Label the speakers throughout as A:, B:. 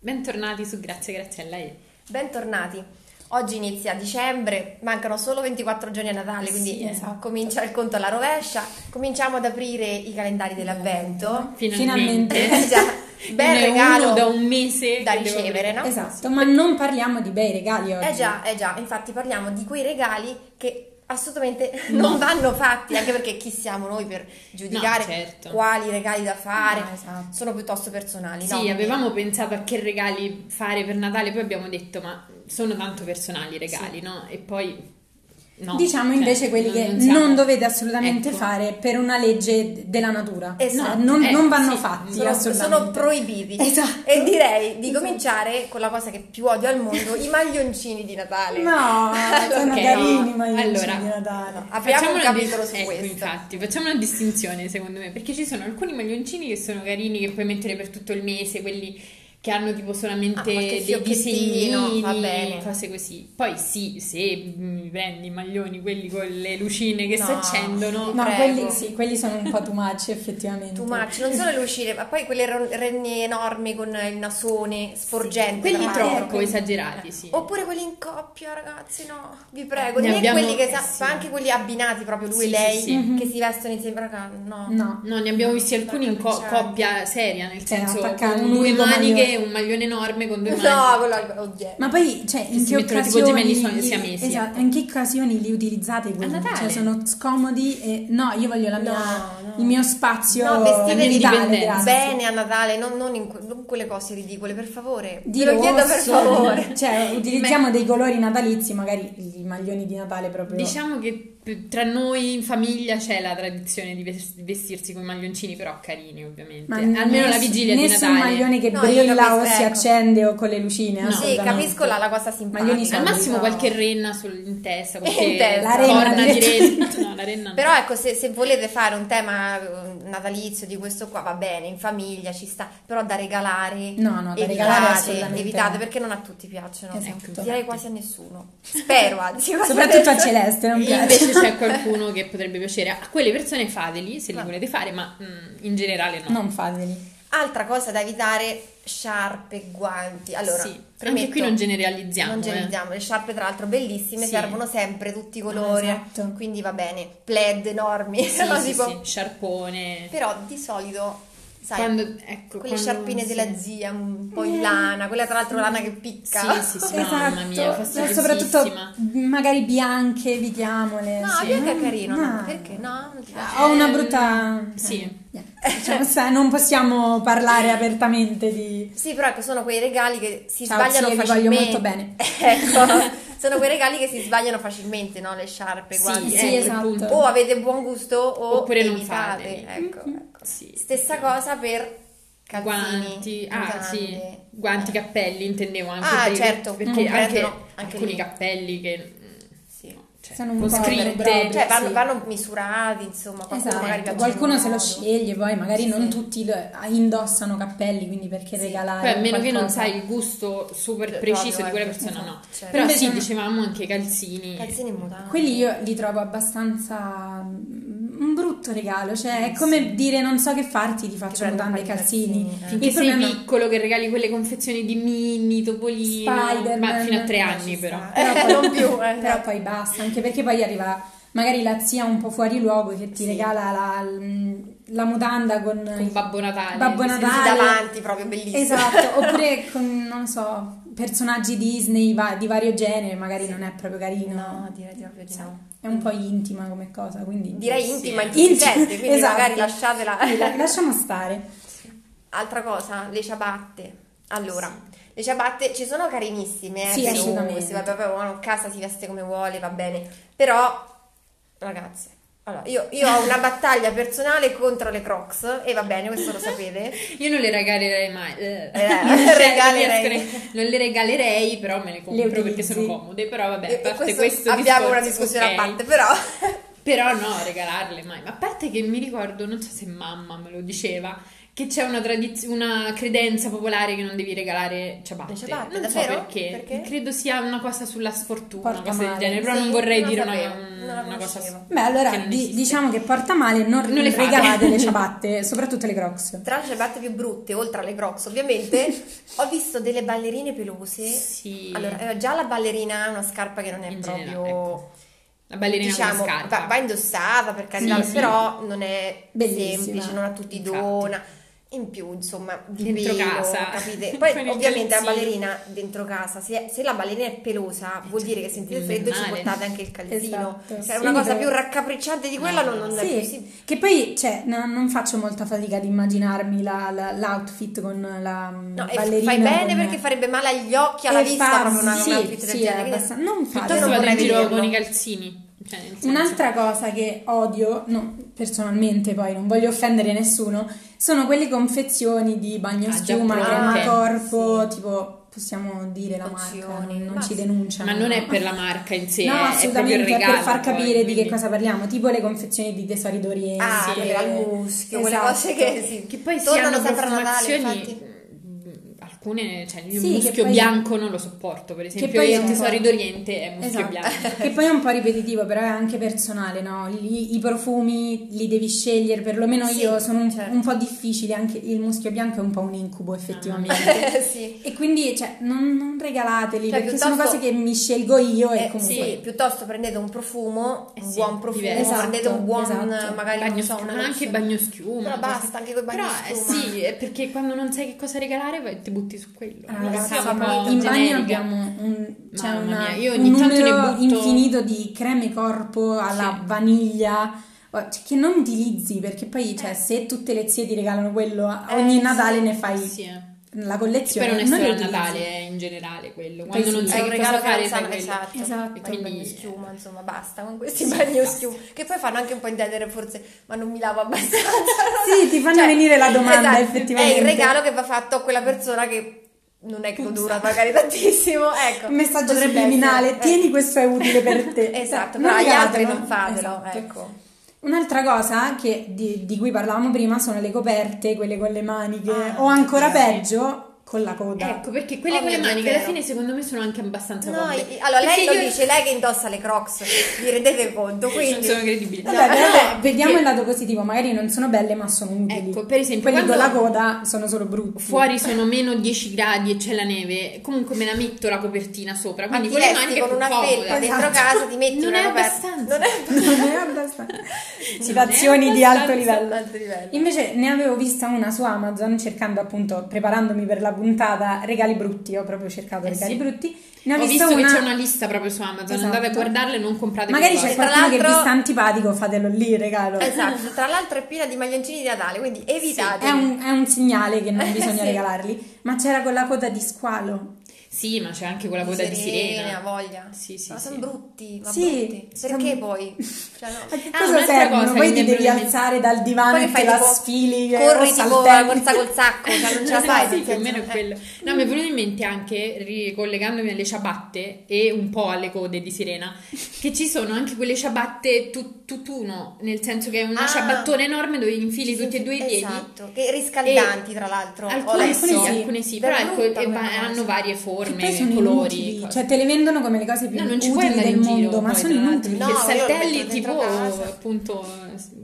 A: Bentornati su Grazie, grazie a lei.
B: Bentornati. Oggi inizia dicembre, mancano solo 24 giorni a Natale, quindi
C: Sì, eh.
B: insomma,
A: esatto.
B: comincia il conto alla rovescia. Cominciamo ad aprire i calendari dell'avvento.
A: Finalmente.
B: Eh già, bel
A: Ne ho
B: regalo
A: uno da un mese
B: da
A: che devo
B: ricevere, no?
C: Esatto, ma non parliamo di bei regali oggi.
B: Eh già, eh già, infatti parliamo di quei regali che assolutamente non vanno fatti, anche perché chi siamo noi per giudicare
A: certo.
B: quali regali da fare,
C: No, esatto.
B: sono piuttosto personali, no?
A: Sì, avevamo pensato a che regali fare per Natale, poi abbiamo detto, ma sono tanto personali i regali, no? E poi... No.
C: Diciamo
A: Cioè,
C: invece quelli che non,
A: siamo-
C: dovete assolutamente
A: Ecco.
C: fare per una legge d- della natura.
B: Esatto.
C: No, non,
A: Eh,
C: non vanno
A: sì,
C: fatti
B: Sono,
C: assolutamente.
B: sono proibiti
C: Esatto.
B: e direi di cominciare con la cosa che più odio al mondo, i maglioncini di Natale.
C: No, sono
A: Ok,
C: carini
A: no.
C: Cioè, ma io
A: Allora,
C: di Natale.
B: Apriamo
A: Facciamo
B: un
A: una
B: capitolo
A: dis-
B: su
A: ecco,
B: questo.
A: infatti, facciamo una distinzione secondo me, perché ci sono alcuni maglioncini che sono carini, che puoi mettere per tutto il mese, quelli che hanno tipo solamente
B: Ah, qualche
A: dei
B: fiocchettino,
A: disegnini,
B: va bene.
A: cose così. Poi sì, se mi prendi i maglioni, quelli con le lucine che si
B: No.
A: accendono,
C: No,
B: prego.
C: quelli, sì, quelli sono un po' tumacci effettivamente.
B: Tu marci, non solo le lucine, ma poi quelle ro- renne enormi con il nasone sporgente.
A: quelli
B: da parte.
A: troppo esagerati, sì.
B: Oppure quelli in coppia, ragazzi, no, vi prego.
A: Ne
B: Né
A: abbiamo-
B: quelli che sa-
A: eh, sì.
B: ma anche quelli abbinati proprio lui e
A: Sì,
B: lei,
A: sì, sì.
B: che si vestono insieme, raga, no.
C: No.
A: No, ne abbiamo visti alcuni in co-
B: Cioè,
A: coppia seria, nel
C: cioè,
A: senso
C: attaccare
A: con
C: un
A: due
C: unico
A: maniche,
C: maglione.
A: un maglione enorme con due
B: No,
A: maniche.
B: quello al- oddio.
C: Ma poi, cioè, in
A: si
C: che
A: mettono tipo
C: occasioni
A: gemelli sono
C: li-
A: siamesi, ecco.
C: Esatto, in che occasioni li utilizzate quelli?
A: Natale.
C: Cioè, sono scomodi e no, io voglio la mia,
B: No, no.
C: il mio spazio
B: No, vestitevi
C: di
A: bene.
B: Bene a Natale, non, non in que- non quelle cose ridicole, per favore.
C: Di
B: Ve lo chiedo per
C: rosso.
B: favore.
C: Cioè, utilizziamo dei colori natalizi, magari i maglioni di Natale proprio.
A: Diciamo che p- tra noi in famiglia c'è la tradizione di ves- vestirsi con i maglioncini, però carini ovviamente. Almeno la
C: ness-
A: vigilia di
C: nessun
A: Natale.
C: maglione che
B: No, io
C: brilla o
B: capisco,
C: si
B: ecco.
C: accende o con le lucine.
A: No.
B: Sì,
C: assolutamente.
B: capisco la, la cosa simpatica.
C: Maglioni
A: Al
C: soldi,
A: massimo
B: no.
A: qualche renna sul- in testa, qualche
B: Eh, In testa. La
C: renna
A: corna
C: di-
A: di renna. No, la renna no.
B: Però ecco, se, se volete fare un tema eh, natalizio di questo qua, va bene, in famiglia ci sta, però da regalare,
C: No, no, da regalare
B: evitate,
C: assolutamente
B: evitate,
C: no.
B: perché non a tutti piacciono.
C: Esatto.
B: Direi quasi a nessuno. Spero, anzi, quasi
C: Soprattutto a
B: nessuno.
C: Celeste, non piace.
A: Invece c'è qualcuno che potrebbe piacere. A quelle persone fateli, se li
B: Ma-
A: volete fare, ma mm, in generale no.
C: Non fateli.
B: Altra cosa da evitare, sciarpe, guanti. Allora,
A: Sì,
B: premetto-
A: anche qui non generalizziamo.
B: non
A: eh.
B: generalizziamo, le sciarpe tra l'altro bellissime,
A: Sì.
B: servono sempre tutti i colori,
C: Esatto.
B: quindi va bene, plaid enormi,
A: Sì,
B: no?
A: sì,
B: Tipo-
A: sì, sciarpone.
B: però di solito, sai,
A: Quando- ecco, quando-
B: quelle sciarpine
A: sì. Eh.
B: della zia, un po' in lana, quella tra l'altro lana che picca.
A: Sì, sì, sì, mamma mia,
C: Esatto.
A: fastidiosissima.
C: Soprattutto magari bianche, evitiamole.
B: No,
C: sì.
B: bianca è carino, no,
C: No.
B: perché no? Non ti piace?
C: Ho una brutta...
A: sì.
C: eh, niente. Diciamo, sa- non possiamo parlare apertamente di...
B: Sì, però ecco, sono quei regali che si
C: Ciao,
B: sbagliano
C: zia, vi
B: facilmente.
C: voglio molto bene.
B: Ecco, sono quei regali che si sbagliano facilmente, no? Le sciarpe,
A: Sì,
B: guanti.
A: sì,
B: ecco.
C: esatto.
A: punto.
B: O avete buon gusto o
A: Oppure non
B: evitate.
A: fateli.
B: Ecco,
A: Mhm.
B: ecco.
A: Sì.
B: Stessa cosa per calzini, Eh,
A: guanti, ah sì,
B: mutande.
A: guanti, cappelli intendevo anche
B: Ah,
A: per i-
B: certo,
A: perché
B: comprendono
A: anche,
B: anche
A: alcuni
B: lì.
A: cappelli che
B: Sì.
A: no, cioè,
C: Sono un
A: con
C: po'
A: scritte
C: proprio-
B: Cioè vanno,
C: Sì.
B: vanno misurati, insomma, qualcuno magari
C: Esatto,
B: piace
C: qualcuno
B: in
C: se
B: un
C: lo
B: modo.
C: sceglie, poi magari
B: Sì,
C: non
B: sì.
C: tutti lo- indossano cappelli, quindi perché
B: Sì.
C: regalare?
A: poi cioè, a meno che non
C: qualcosa?
A: sai il gusto super
B: Proprio,
A: preciso di quella
C: eh.
B: ecco,
A: persona
B: esatto,
A: no
B: certo.
A: però
C: Invece
A: sì
C: no.
A: dicevamo anche i calzini
B: Calzini e mutande.
C: Quelli io li trovo abbastanza mm, un brutto regalo, cioè è come dire non so che farti, ti faccio
B: prendo un
C: mutande e
B: paio di
C: calzini.
B: calzini, eh.
A: finché
C: Il
A: sei
C: problema-
A: piccolo che regali quelle confezioni di mini topolino
C: Spider-Man,
A: ma fino a tre
C: eh,
A: anni
C: ci
A: però
C: sta.
B: Eh, non più, eh,
C: però
B: esatto.
C: poi basta, anche perché poi arriva magari la zia un po' fuori luogo che ti
B: Sì.
C: regala la, mm, la mutanda con,
A: con Babbo Natale
C: Babbo
A: sì, sì.
C: Natale.
B: davanti, proprio bellissimo.
C: Esatto, oppure con, non so, personaggi Disney va- di vario genere, magari non è proprio carino. Cioè,
B: No, direi proprio di no.
C: È un po' intima come cosa, quindi...
B: Direi intima,
A: Sì.
B: intelligente, quindi
C: Esatto.
B: magari lasciatela.
C: Quindi la- lasciamo stare.
B: Altra cosa, le ciabatte. Allora, le ciabatte ci sono carinissime, eh,
C: Sì,
B: per
C: assolutamente.
B: usi, vabbè, poi uno a casa si veste come vuole, va bene. Però, ragazzi, allora, io, io ho una battaglia personale contro le Crocs, e va bene, questo lo sapete.
A: Io non le regalerei mai. eh.
B: Eh,
A: Cioè, non
B: regalerei.
A: riesco ne- Non le regalerei, però me le compro perché
C: utilizzi.
A: sono comode. Però vabbè, a
B: E- e
A: parte
B: questo
A: questo
B: abbiamo una
A: discorso,
B: discussione
A: ok.
B: a parte, però...
A: Però no, regalarle mai. Ma a parte che mi ricordo, non so se mamma me lo diceva, che c'è una, tradiz- una credenza popolare che non devi regalare ciabatte.
B: Le ciabatte,
A: non so
B: davvero?
A: perché.
B: Perché?
A: Credo sia una cosa sulla sfortuna,
C: Porta
A: una cosa del
C: male.
A: genere, però
B: Sì,
A: non vorrei
B: non
A: dire
B: la
A: una,
B: sapevo, non la
A: una cosa
B: conoscevo.
C: Beh, allora
A: che non
C: di-
A: esiste.
C: diciamo che porta male non,
A: Non le fate.
C: regalate le ciabatte, soprattutto le Crocs.
B: Tra le ciabatte più brutte, oltre alle Crocs ovviamente, ho visto delle ballerine pelose.
A: Sì.
B: Allora, eh, già la ballerina ha una scarpa che non è
A: In
B: proprio...
A: generale, ecco. la ballerina
B: diciamo,
A: con la scarpa.
B: va, va indossata per carità,
A: Sì, sì.
B: però non è
C: Bellissima.
B: semplice, non a tutti
A: Infatti.
B: dona. In più, insomma, di
A: Dentro
B: pelo,
A: casa.
B: capite?
A: Con
B: Poi
A: il
B: ovviamente la
A: calzino.
B: ballerina dentro casa, se, se la ballerina è pelosa,
A: Eh,
B: vuol dire che sentite il freddo e ci
A: Invernale.
B: portate anche il calzino.
C: Esatto.
B: Cioè,
C: Sì,
B: una cosa
C: beh.
B: più raccapricciante di quella non, non è
C: Sì,
B: possibile.
C: che poi cioè, no- non faccio molta fatica ad immaginarmi la- la- l'outfit con la mm,
B: No, e
C: ballerina.
B: fai bene
C: con-
B: perché farebbe male agli occhi, alla
C: E
B: vista,
C: fa-
B: proprio una,
C: sì,
B: una outfit del
C: sì,
B: genere.
C: è
B: Quindi-
C: abbastanza- Ah, non facile.
B: Io
A: Piuttosto
B: non
A: vado in
B: vorrei
A: giro
B: vederlo.
A: con i calzini. Cioè, nel senso-
C: Un'altra cosa che odio, no, personalmente poi non voglio offendere nessuno, sono quelle confezioni di bagnoschiuma,
A: Ah, già
C: crema
A: pronte.
C: corpo, tipo possiamo dire la marca,
B: Pozioni,
C: non, non
B: ma-
C: ci denunciano.
A: Ma non è per la marca in sé,
C: No,
A: è proprio il
C: assolutamente, è
A: regalo.
C: per far
A: poi,
C: capire di che
A: quindi-
C: cosa parliamo, tipo le confezioni di Tesori d'Oriente.
B: Ah,
A: Sì,
B: quelle
C: eh,
B: al muschio, quelle
C: Esatto.
B: cose che, sì,
A: Che poi si
B: tornano
A: hanno
B: sempre a Natale,
A: profumazioni,
B: infatti.
A: mh, alcune, cioè il
C: Sì, che
A: muschio
C: poi-
A: bianco non lo sopporto, per esempio,
C: poi
A: io i
C: è un po'-
A: tesori d'Oriente è muschio
C: Esatto.
A: bianco.
C: Che poi è un po' ripetitivo, però è anche personale, no? Li- I profumi li devi scegliere, perlomeno
B: Sì,
C: io sono un,
B: certo.
C: un po' difficile, anche il muschio bianco è un po' un incubo effettivamente.
B: sì. Eh,
C: E quindi cioè, non, non regalateli,
B: Cioè,
C: perché sono
B: piuttosto-
C: cose che mi scelgo io
B: Eh,
C: e comunque...
B: sì, piuttosto prendete un profumo,
A: Eh
B: un
A: sì,
B: buon profumo,
A: diverso.
B: prendete un buon
C: Esatto,
B: magari non so,
A: Bagnoschiuma,
B: una
A: anche
B: lotion.
A: bagnoschiuma.
B: Però basta, anche coi
A: Però, eh,
B: bagnoschiuma.
A: sì, è perché quando non sai che cosa regalare vai- ti butti su quello.
C: Ah,
A: Una
C: ragazzi,
A: cosa un
C: ma
A: po'
C: in bagno
A: generica.
C: abbiamo un, c'è
A: Mamma
C: una-
A: mia, io
C: un
A: ogni tanto ne
C: numero
A: butto-
C: infinito di creme corpo alla
A: Sì.
C: vaniglia o- cioè, che non utilizzi perché poi cioè, se tutte le zie ti regalano quello a-
B: Eh,
C: ogni
B: sì,
C: Natale ne fai
A: Eh. Sì, eh.
C: la
A: Poi
C: collezione
A: non è
C: non
A: solo
C: le
A: a
C: utilizzi.
A: Natale, è in generale quello.
C: Poi
A: Quando
C: sì,
A: non
B: È
A: sai
B: un
A: che
B: regalo
A: cosa
B: che non
A: fare, fai
B: sanno
A: quello.
B: esatto, eh.
C: Esatto.
B: Fai un
A: Quindi-
B: bagnoschiuma, insomma, basta con questi bagnoschiuma che poi fanno anche un po' intendere forse ma non mi lavo abbastanza.
C: Sì, ti fanno venire la domanda,
B: esatto,
C: effettivamente.
B: È il regalo che va fatto a quella persona che non è che lo
C: Puzza.
B: dura magari tantissimo, ecco.
C: un messaggio
B: Potrebbe
C: subliminale
B: essere- eh.
C: tieni questo è utile per te
B: Esatto,
C: Non
B: però agli altri
C: regalatelo.
B: non fatelo,
C: Esatto.
B: ecco.
C: Un'altra cosa che- di, di cui parlavamo prima sono le coperte, quelle con le maniche,
B: Ah,
C: o ancora
B: sì.
C: peggio, con la coda.
A: Ecco, perché quelle
B: Oh
A: con
B: mio
A: le
B: Dio,
A: maniche
B: è
A: alla
B: vero.
A: fine secondo me sono anche abbastanza
B: No,
A: comode.
B: i- allora lei
A: Perché
B: lo
A: io-
B: dice, lei che indossa le Crocs, vi rendete conto?
A: Non
B: Quindi
A: sono credibili.
C: Vabbè,
B: No,
C: però,
B: no,
C: vabbè, vediamo
A: perché-
C: il lato positivo, magari non sono belle ma sono utili.
A: Ecco, per esempio,
C: Quelli con la
A: quando
C: coda sono solo brutti.
A: fuori sono meno 10 gradi e c'è la neve, comunque me la metto la copertina sopra,
B: Ma
A: quindi
B: ti
A: con le
B: resti
A: maniche è
B: con
A: più
B: una felpa
A: comoda. Esatto.
B: dentro casa, ti metti
A: Non
B: una
A: è
B: coperta.
A: abbastanza.
B: Non è
C: Non è abbastanza. Citazioni di alto
A: abbastanza.
C: livello.
B: altro livello.
C: Invece ne avevo vista una su Amazon cercando appunto, preparandomi per la puntata, regali brutti, ho proprio cercato
A: Eh
C: regali
A: sì.
C: brutti. Ne ho,
A: Ho
C: vista
A: visto che
C: una...
A: c'è una lista proprio su Amazon,
C: Esatto.
A: andate a guardarla e non comprate
C: Magari
A: quelle
C: c'è
A: cose.
B: Tra
C: qualcuno che vi
B: l'altro-
C: sta antipatico, fatelo lì il regalo.
B: Esatto, tra l'altro è piena di maglioncini di Natale, quindi evitate.
C: È un, è un segnale che non bisogna
B: Sì.
C: regalarli, ma c'era con la coda di squalo.
A: Sì, ma c'è anche quella coda di sirena.
B: voglia.
A: Sì, sì,
B: ma
A: sì.
B: sono brutti, ma
C: Sì,
B: brutti.
C: sono-
B: Perché poi? Cioè, no.
C: A che
A: Ah,
C: cosa
A: un'altra
C: servono?
A: cosa che
C: Poi ti
A: mi è
C: devi
A: venuta in mente.
C: alzare dal divano
B: Poi
C: e
B: che fai
C: te la
B: tipo,
C: sfili eh, o
B: corri tipo la
C: saltelli.
B: corsa col sacco, cioè non ce la
A: Sì,
B: fai.
A: sì,
B: nel
A: più o
B: senso,
A: meno è
B: eh.
A: quello. No, mi è venuto in mente anche, ricollegandomi alle ciabatte e un po' alle code di sirena, che ci sono anche quelle ciabatte tut- tutt'uno, nel senso che è una
B: Ah.
A: ciabattone enorme dove infili tutti e due i piedi.
B: Esatto, che riscaldanti tra l'altro. ho
A: Alcune
B: letto.
A: sì,
C: sì.
A: alcune sì,
B: Beh,
A: però ecco,
B: brutta
A: e
B: quella
A: va-
B: cosa.
A: hanno varie
C: Che poi
A: forme,
C: sono
A: colori.
C: inutili,
A: cose.
C: cioè te le vendono come le cose più
A: No, non ci puoi
C: utili
A: andare
C: del
A: in giro,
C: mondo, ma
A: poi,
C: sono
A: tra l'altro,
B: No,
C: inutili.
A: Perché
B: io lo
A: saltelli
B: metto
A: tipo
B: dentro casa.
A: appunto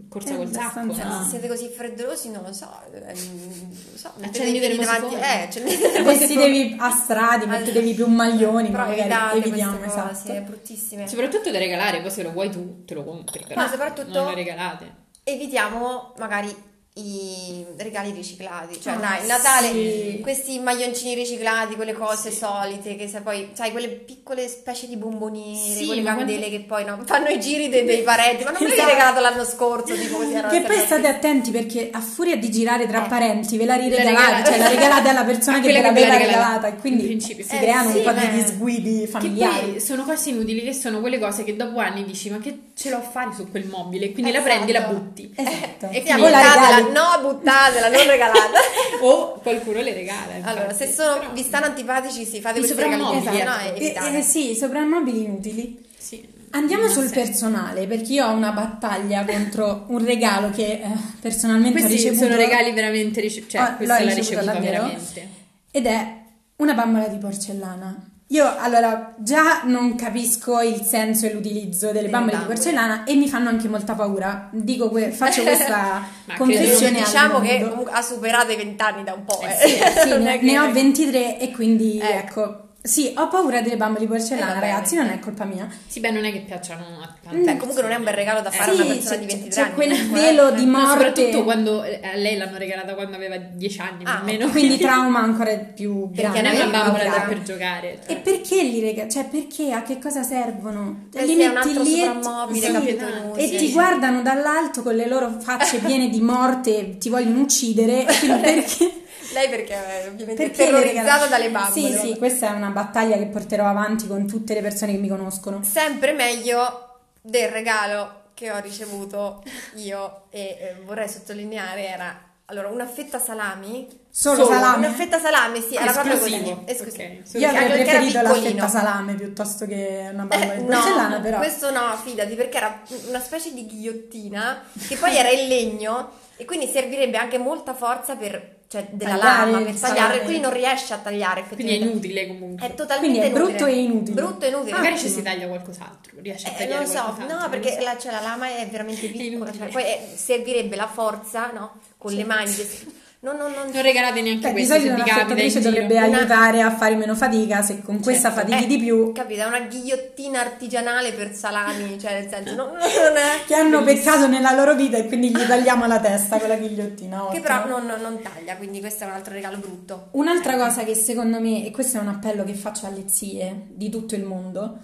A: corsa
C: Eh,
A: col sacco.
C: abbastanza.
B: Cioè,
A: no?
B: se siete così freddolosi, non lo so, eh, non lo so,
A: Accendete
B: mettetevi
A: le
B: davanti,
A: musicone.
B: eh, accendete
C: Cioè,
B: le
C: Vestitevi a stradi,
B: Allora,
C: mettetevi più maglioni,
B: Però
C: ma magari
B: evitate
C: evitiamo,
B: queste cose,
C: esatto.
B: bruttissime.
A: Soprattutto da regalare, poi se lo vuoi tu te lo compri, però
B: Ma soprattutto-
A: non lo regalate.
B: Evitiamo magari i regali riciclati, cioè
C: Ah,
B: dai, il Natale
C: sì.
B: questi maglioncini riciclati, quelle cose
A: Sì.
B: solite che sai poi, sai quelle piccole specie di bomboniere,
A: Sì,
B: quelle
A: ma
B: candele
A: quanti-
B: che poi no, fanno i giri dei, dei parenti, ma non me l'hai
C: Esatto.
B: regalato l'anno scorso, tipo così erano
C: Che poi
B: sempre-
C: state attenti perché a furia di girare tra
B: Eh.
C: parenti ve la riregalate,
A: La regala-
C: cioè la regalate alla persona
A: A
C: che ve
A: quella che
C: l'aveva
A: ve l'ha regalata.
C: regalata e quindi
A: In principio,
C: si
B: sì.
C: creano
B: Eh,
C: un
B: sì,
C: po' di
B: ma-
C: disguidi
A: Che
C: familiari.
A: poi sono cose inutili che sono quelle cose che dopo anni dici ma che ce l'ho a fare su quel mobile, quindi la
B: Esatto.
A: prendi e la butti.
C: Esatto.
A: E
B: Sì, ah,
A: quindi-
C: O la
B: buttatela,
C: regali.
B: no, buttatela, non regalata.
A: O qualcuno le regala. infatti.
B: allora, se sono,
A: Però-
B: vi stanno antipatici, sì, fate
A: I
B: questi regali,
C: Esatto.
A: sovrammobili,
B: no,
A: ecco.
B: evitate.
C: Eh, eh, sì, soprammobili inutili.
A: Sì.
C: Andiamo
A: Non ha
C: sul
A: senso.
C: personale, perché io ho una battaglia contro un regalo che eh, personalmente ho
A: Questi
C: ricevuto.
A: sono regali veramente rice- cioè
C: Ah, l'ho
A: questa è la
C: ricevuta
A: ricevuta
C: davvero?
B: Eh,
A: veramente.
C: Ed è una bambola di porcellana. Io allora già non capisco il senso e l'utilizzo delle
B: Delle
C: bambole di
B: bambole.
C: porcellana e mi fanno anche molta paura. Dico que- faccio questa
A: Ma
C: confessione al
B: diciamo che
C: mondo.
B: comunque ha superato i vent'anni da un po'.
A: Eh
B: eh.
A: sì,
C: Sì,
B: Non
C: ne,
B: è che-
C: ne ho 23 e quindi
B: Eh.
C: ecco. Sì, ho paura delle bambole di
B: Eh,
C: porcellana,
B: vabbè,
C: ragazzi,
B: eh.
C: non è colpa mia.
A: Sì, beh, non è che piacciono a tante
B: Beh, comunque non è un bel regalo da fare a una
C: Mm. Eh, Sì,
B: persone
C: c'è-
B: di
C: c'è-
B: 23
C: c'è
B: anni.
C: quel
B: comunque,
C: velo
B: eh.
C: di
A: Ma soprattutto
C: morte,
A: quando eh, a lei l'hanno regalata quando aveva 10 anni
B: Ah,
A: almeno.
C: quindi trauma ancora più
B: Perché
C: grande.
A: non è una bambola da
C: Allora,
A: per giocare. cioè.
C: E perché li rega? Cioè, perché? A che cosa servono?
B: Eh, sei un altro soprammobile,
C: sì,
B: capito?
C: e
B: Sì.
C: ti guardano dall'alto con le loro facce piene di morte, ti vogliono uccidere. quindi perché?
B: Lei perché eh, ovviamente
C: perché
B: è
C: li
B: terrorizzata
C: regalano?
B: dalle bambole.
C: Sì, sì, questa è una battaglia che porterò avanti con tutte le persone che mi conoscono.
B: Sempre meglio del regalo che ho ricevuto io e eh, vorrei sottolineare era allora una fetta salami.
C: Solo, salame.
B: Una fetta salami, sì, era proprio
A: Esclusivo.
B: così. Esclusivo.
A: Ok, solo
C: Io avrei
B: Anche perché era
C: preferito la
B: piccolino.
C: fetta salame piuttosto che una bambola
B: Eh,
C: di
B: no,
C: porcellana, però.
B: questo no, fidati, perché era una specie di ghigliottina che poi era in legno e quindi servirebbe anche molta forza per, cioè, della
C: Tagliare
B: lama
C: il
B: per
C: salame.
B: tagliare, quindi non riesce a tagliare
A: Quindi è
B: effettivamente.
A: inutile comunque.
B: È totalmente
C: Quindi è
B: inutile.
C: brutto e inutile.
B: Brutto e inutile.
A: Magari
C: Ah,
A: ci
C: sì.
A: si taglia qualcos'altro, riesce a
B: Eh, non
A: tagliare
B: lo so,
A: qualcos'altro.
B: no, perché
A: non lo so.
B: la, cioè, la lama è veramente piccola,
A: inutile.
B: cioè, poi eh, servirebbe la forza, no? Con le mani. che- No, no, no,
A: non regalate neanche
C: Beh, Cioè, di
A: questo se
C: solito
A: vi
C: una
A: capita in
C: fettatrice
A: giro.
C: dovrebbe
B: Una-
C: aiutare a fare meno fatica, se con questa
A: Certo.
C: fatichi
B: Eh,
C: di più,
B: Capito? È una ghigliottina artigianale per salami, cioè nel senso, no, non è...
C: che hanno peccato nella loro vita e quindi gli tagliamo la testa con la ghigliottina.
B: Che
C: ottimo.
B: però non, non- non taglia, quindi questo è un altro regalo brutto.
C: Un'altra cosa che secondo me, e questo è un appello che faccio alle zie di tutto il mondo,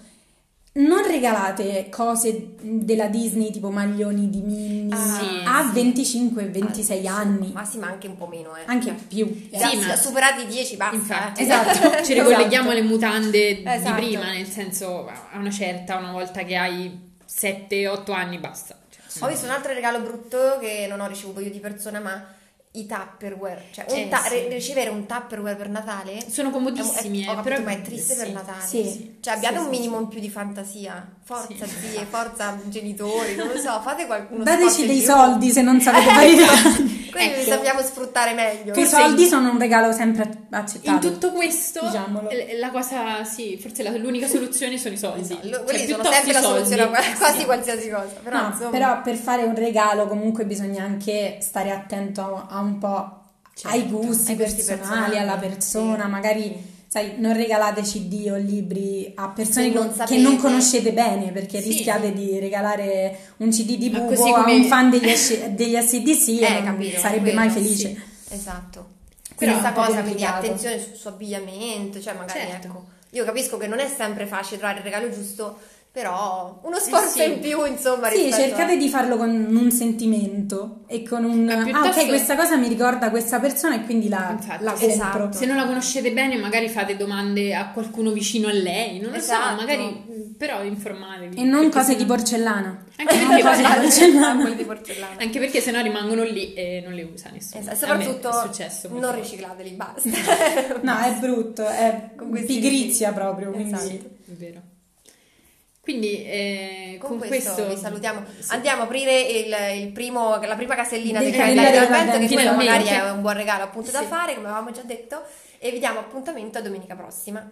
C: non regalate cose della Disney tipo maglioni di Minnie
B: Ah,
A: sì,
C: a
A: sì. Ah,
C: 25 26 anni,
B: Ma sì, ma anche un po' meno, eh.
C: anche più.
B: Già,
A: Sì, ma-
B: superati i 10 basta.
A: Infatti,
B: eh.
C: Esatto.
A: ci ricolleghiamo alle mutande
B: Esatto.
A: di prima, nel senso a una certa, una volta che hai 7-8 anni basta. Cioè,
B: Ho visto un altro regalo brutto che non ho ricevuto io di persona, ma i Tupperware, cioè un
A: Eh,
B: ta-
A: sì.
B: re- ricevere un Tupperware per Natale
A: sono comodissimi,
B: È- ho
A: eh,
B: capito,
A: però
B: ma è triste per
A: sì.
B: Natale.
C: Sì.
B: Cioè, abbiate
C: Sì,
B: un
C: sì,
B: minimo in più di fantasia. Forza,
A: Sì.
B: zie, forza, genitori, non lo so, fate qualcuno
C: Dateci
B: sforzo
C: dei
B: in più.
C: soldi se non sapete fare i regali.
B: Quelli li
A: Ecco.
B: sappiamo sfruttare meglio.
C: I
A: Forse
C: soldi sono un regalo sempre
A: In
C: accettato.
A: tutto questo,
C: Diciamolo.
A: eh, la cosa, sì, forse la- l'unica soluzione sono i soldi.
B: Esatto,
A: Cioè,
B: Quelli sono
A: piuttosto
B: sempre
A: i
B: la
A: soldi.
B: soluzione a qua- quasi
A: Sì.
B: qualsiasi cosa. Però,
C: No,
B: insomma,
C: però per fare un regalo comunque bisogna anche stare attento a, a un po'
B: Certo,
C: ai gusti
B: ai gusti
C: personali,
B: personali,
C: alla persona,
B: sì.
C: magari sai, non regalate CD o libri a persone
B: Che non
C: con- che
B: sapete.
C: non conoscete bene perché
A: Sì.
C: rischiate di regalare un CD di
A: Ma
C: buco
A: così
C: a
A: come-
C: un fan degli, SC degli SDC e
B: eh,
C: non
B: capito,
C: sarebbe
B: quello,
C: mai
B: sì.
C: felice.
B: Esatto.
C: Però
B: Questa
C: è un po'
B: cosa, quindi
C: complicato.
B: attenzione sul suo abbigliamento, cioè magari
A: Certo.
B: ecco. Io capisco che non è sempre facile trovare il regalo giusto, però uno sforzo
A: sì.
B: in più, insomma,
C: Sì,
B: rispetto a-
C: cercate di farlo con un sentimento e con un...
A: Ma
C: Ah, ok,
A: piuttosto-
C: questa cosa mi ricorda questa persona e quindi la,
A: Infatti,
C: la compro.
B: esatto.
A: Se non la conoscete bene, magari fate domande a qualcuno vicino a lei, non lo
B: Esatto.
A: so, magari mm, però informatevi.
C: E non
A: Perché
C: cose
A: se-
C: di porcellana.
A: Anche
C: Non
A: perché-
C: cose di porcellana.
B: Quelli di porcellana.
A: Anche perché sennò rimangono lì e non le usa nessuno.
B: Esatto,
A: A me
B: soprattutto
A: è successo
B: non
A: molto.
B: riciclateli, basta.
C: No, è brutto, è
B: Con questi
C: pigrizia proprio. Quindi.
B: Esatto.
A: Sì, è vero. Quindi eh,
B: Con, questo, vi salutiamo. Andiamo a aprire il, il primo, la prima casellina
C: Del
B: del calendario
C: calendario
B: dell'avvento,
C: dell'avvento,
B: che quello
A: finalmente.
B: magari è un buon regalo appunto da
A: Sì.
B: fare, come avevamo già detto, e vi diamo appuntamento a domenica prossima.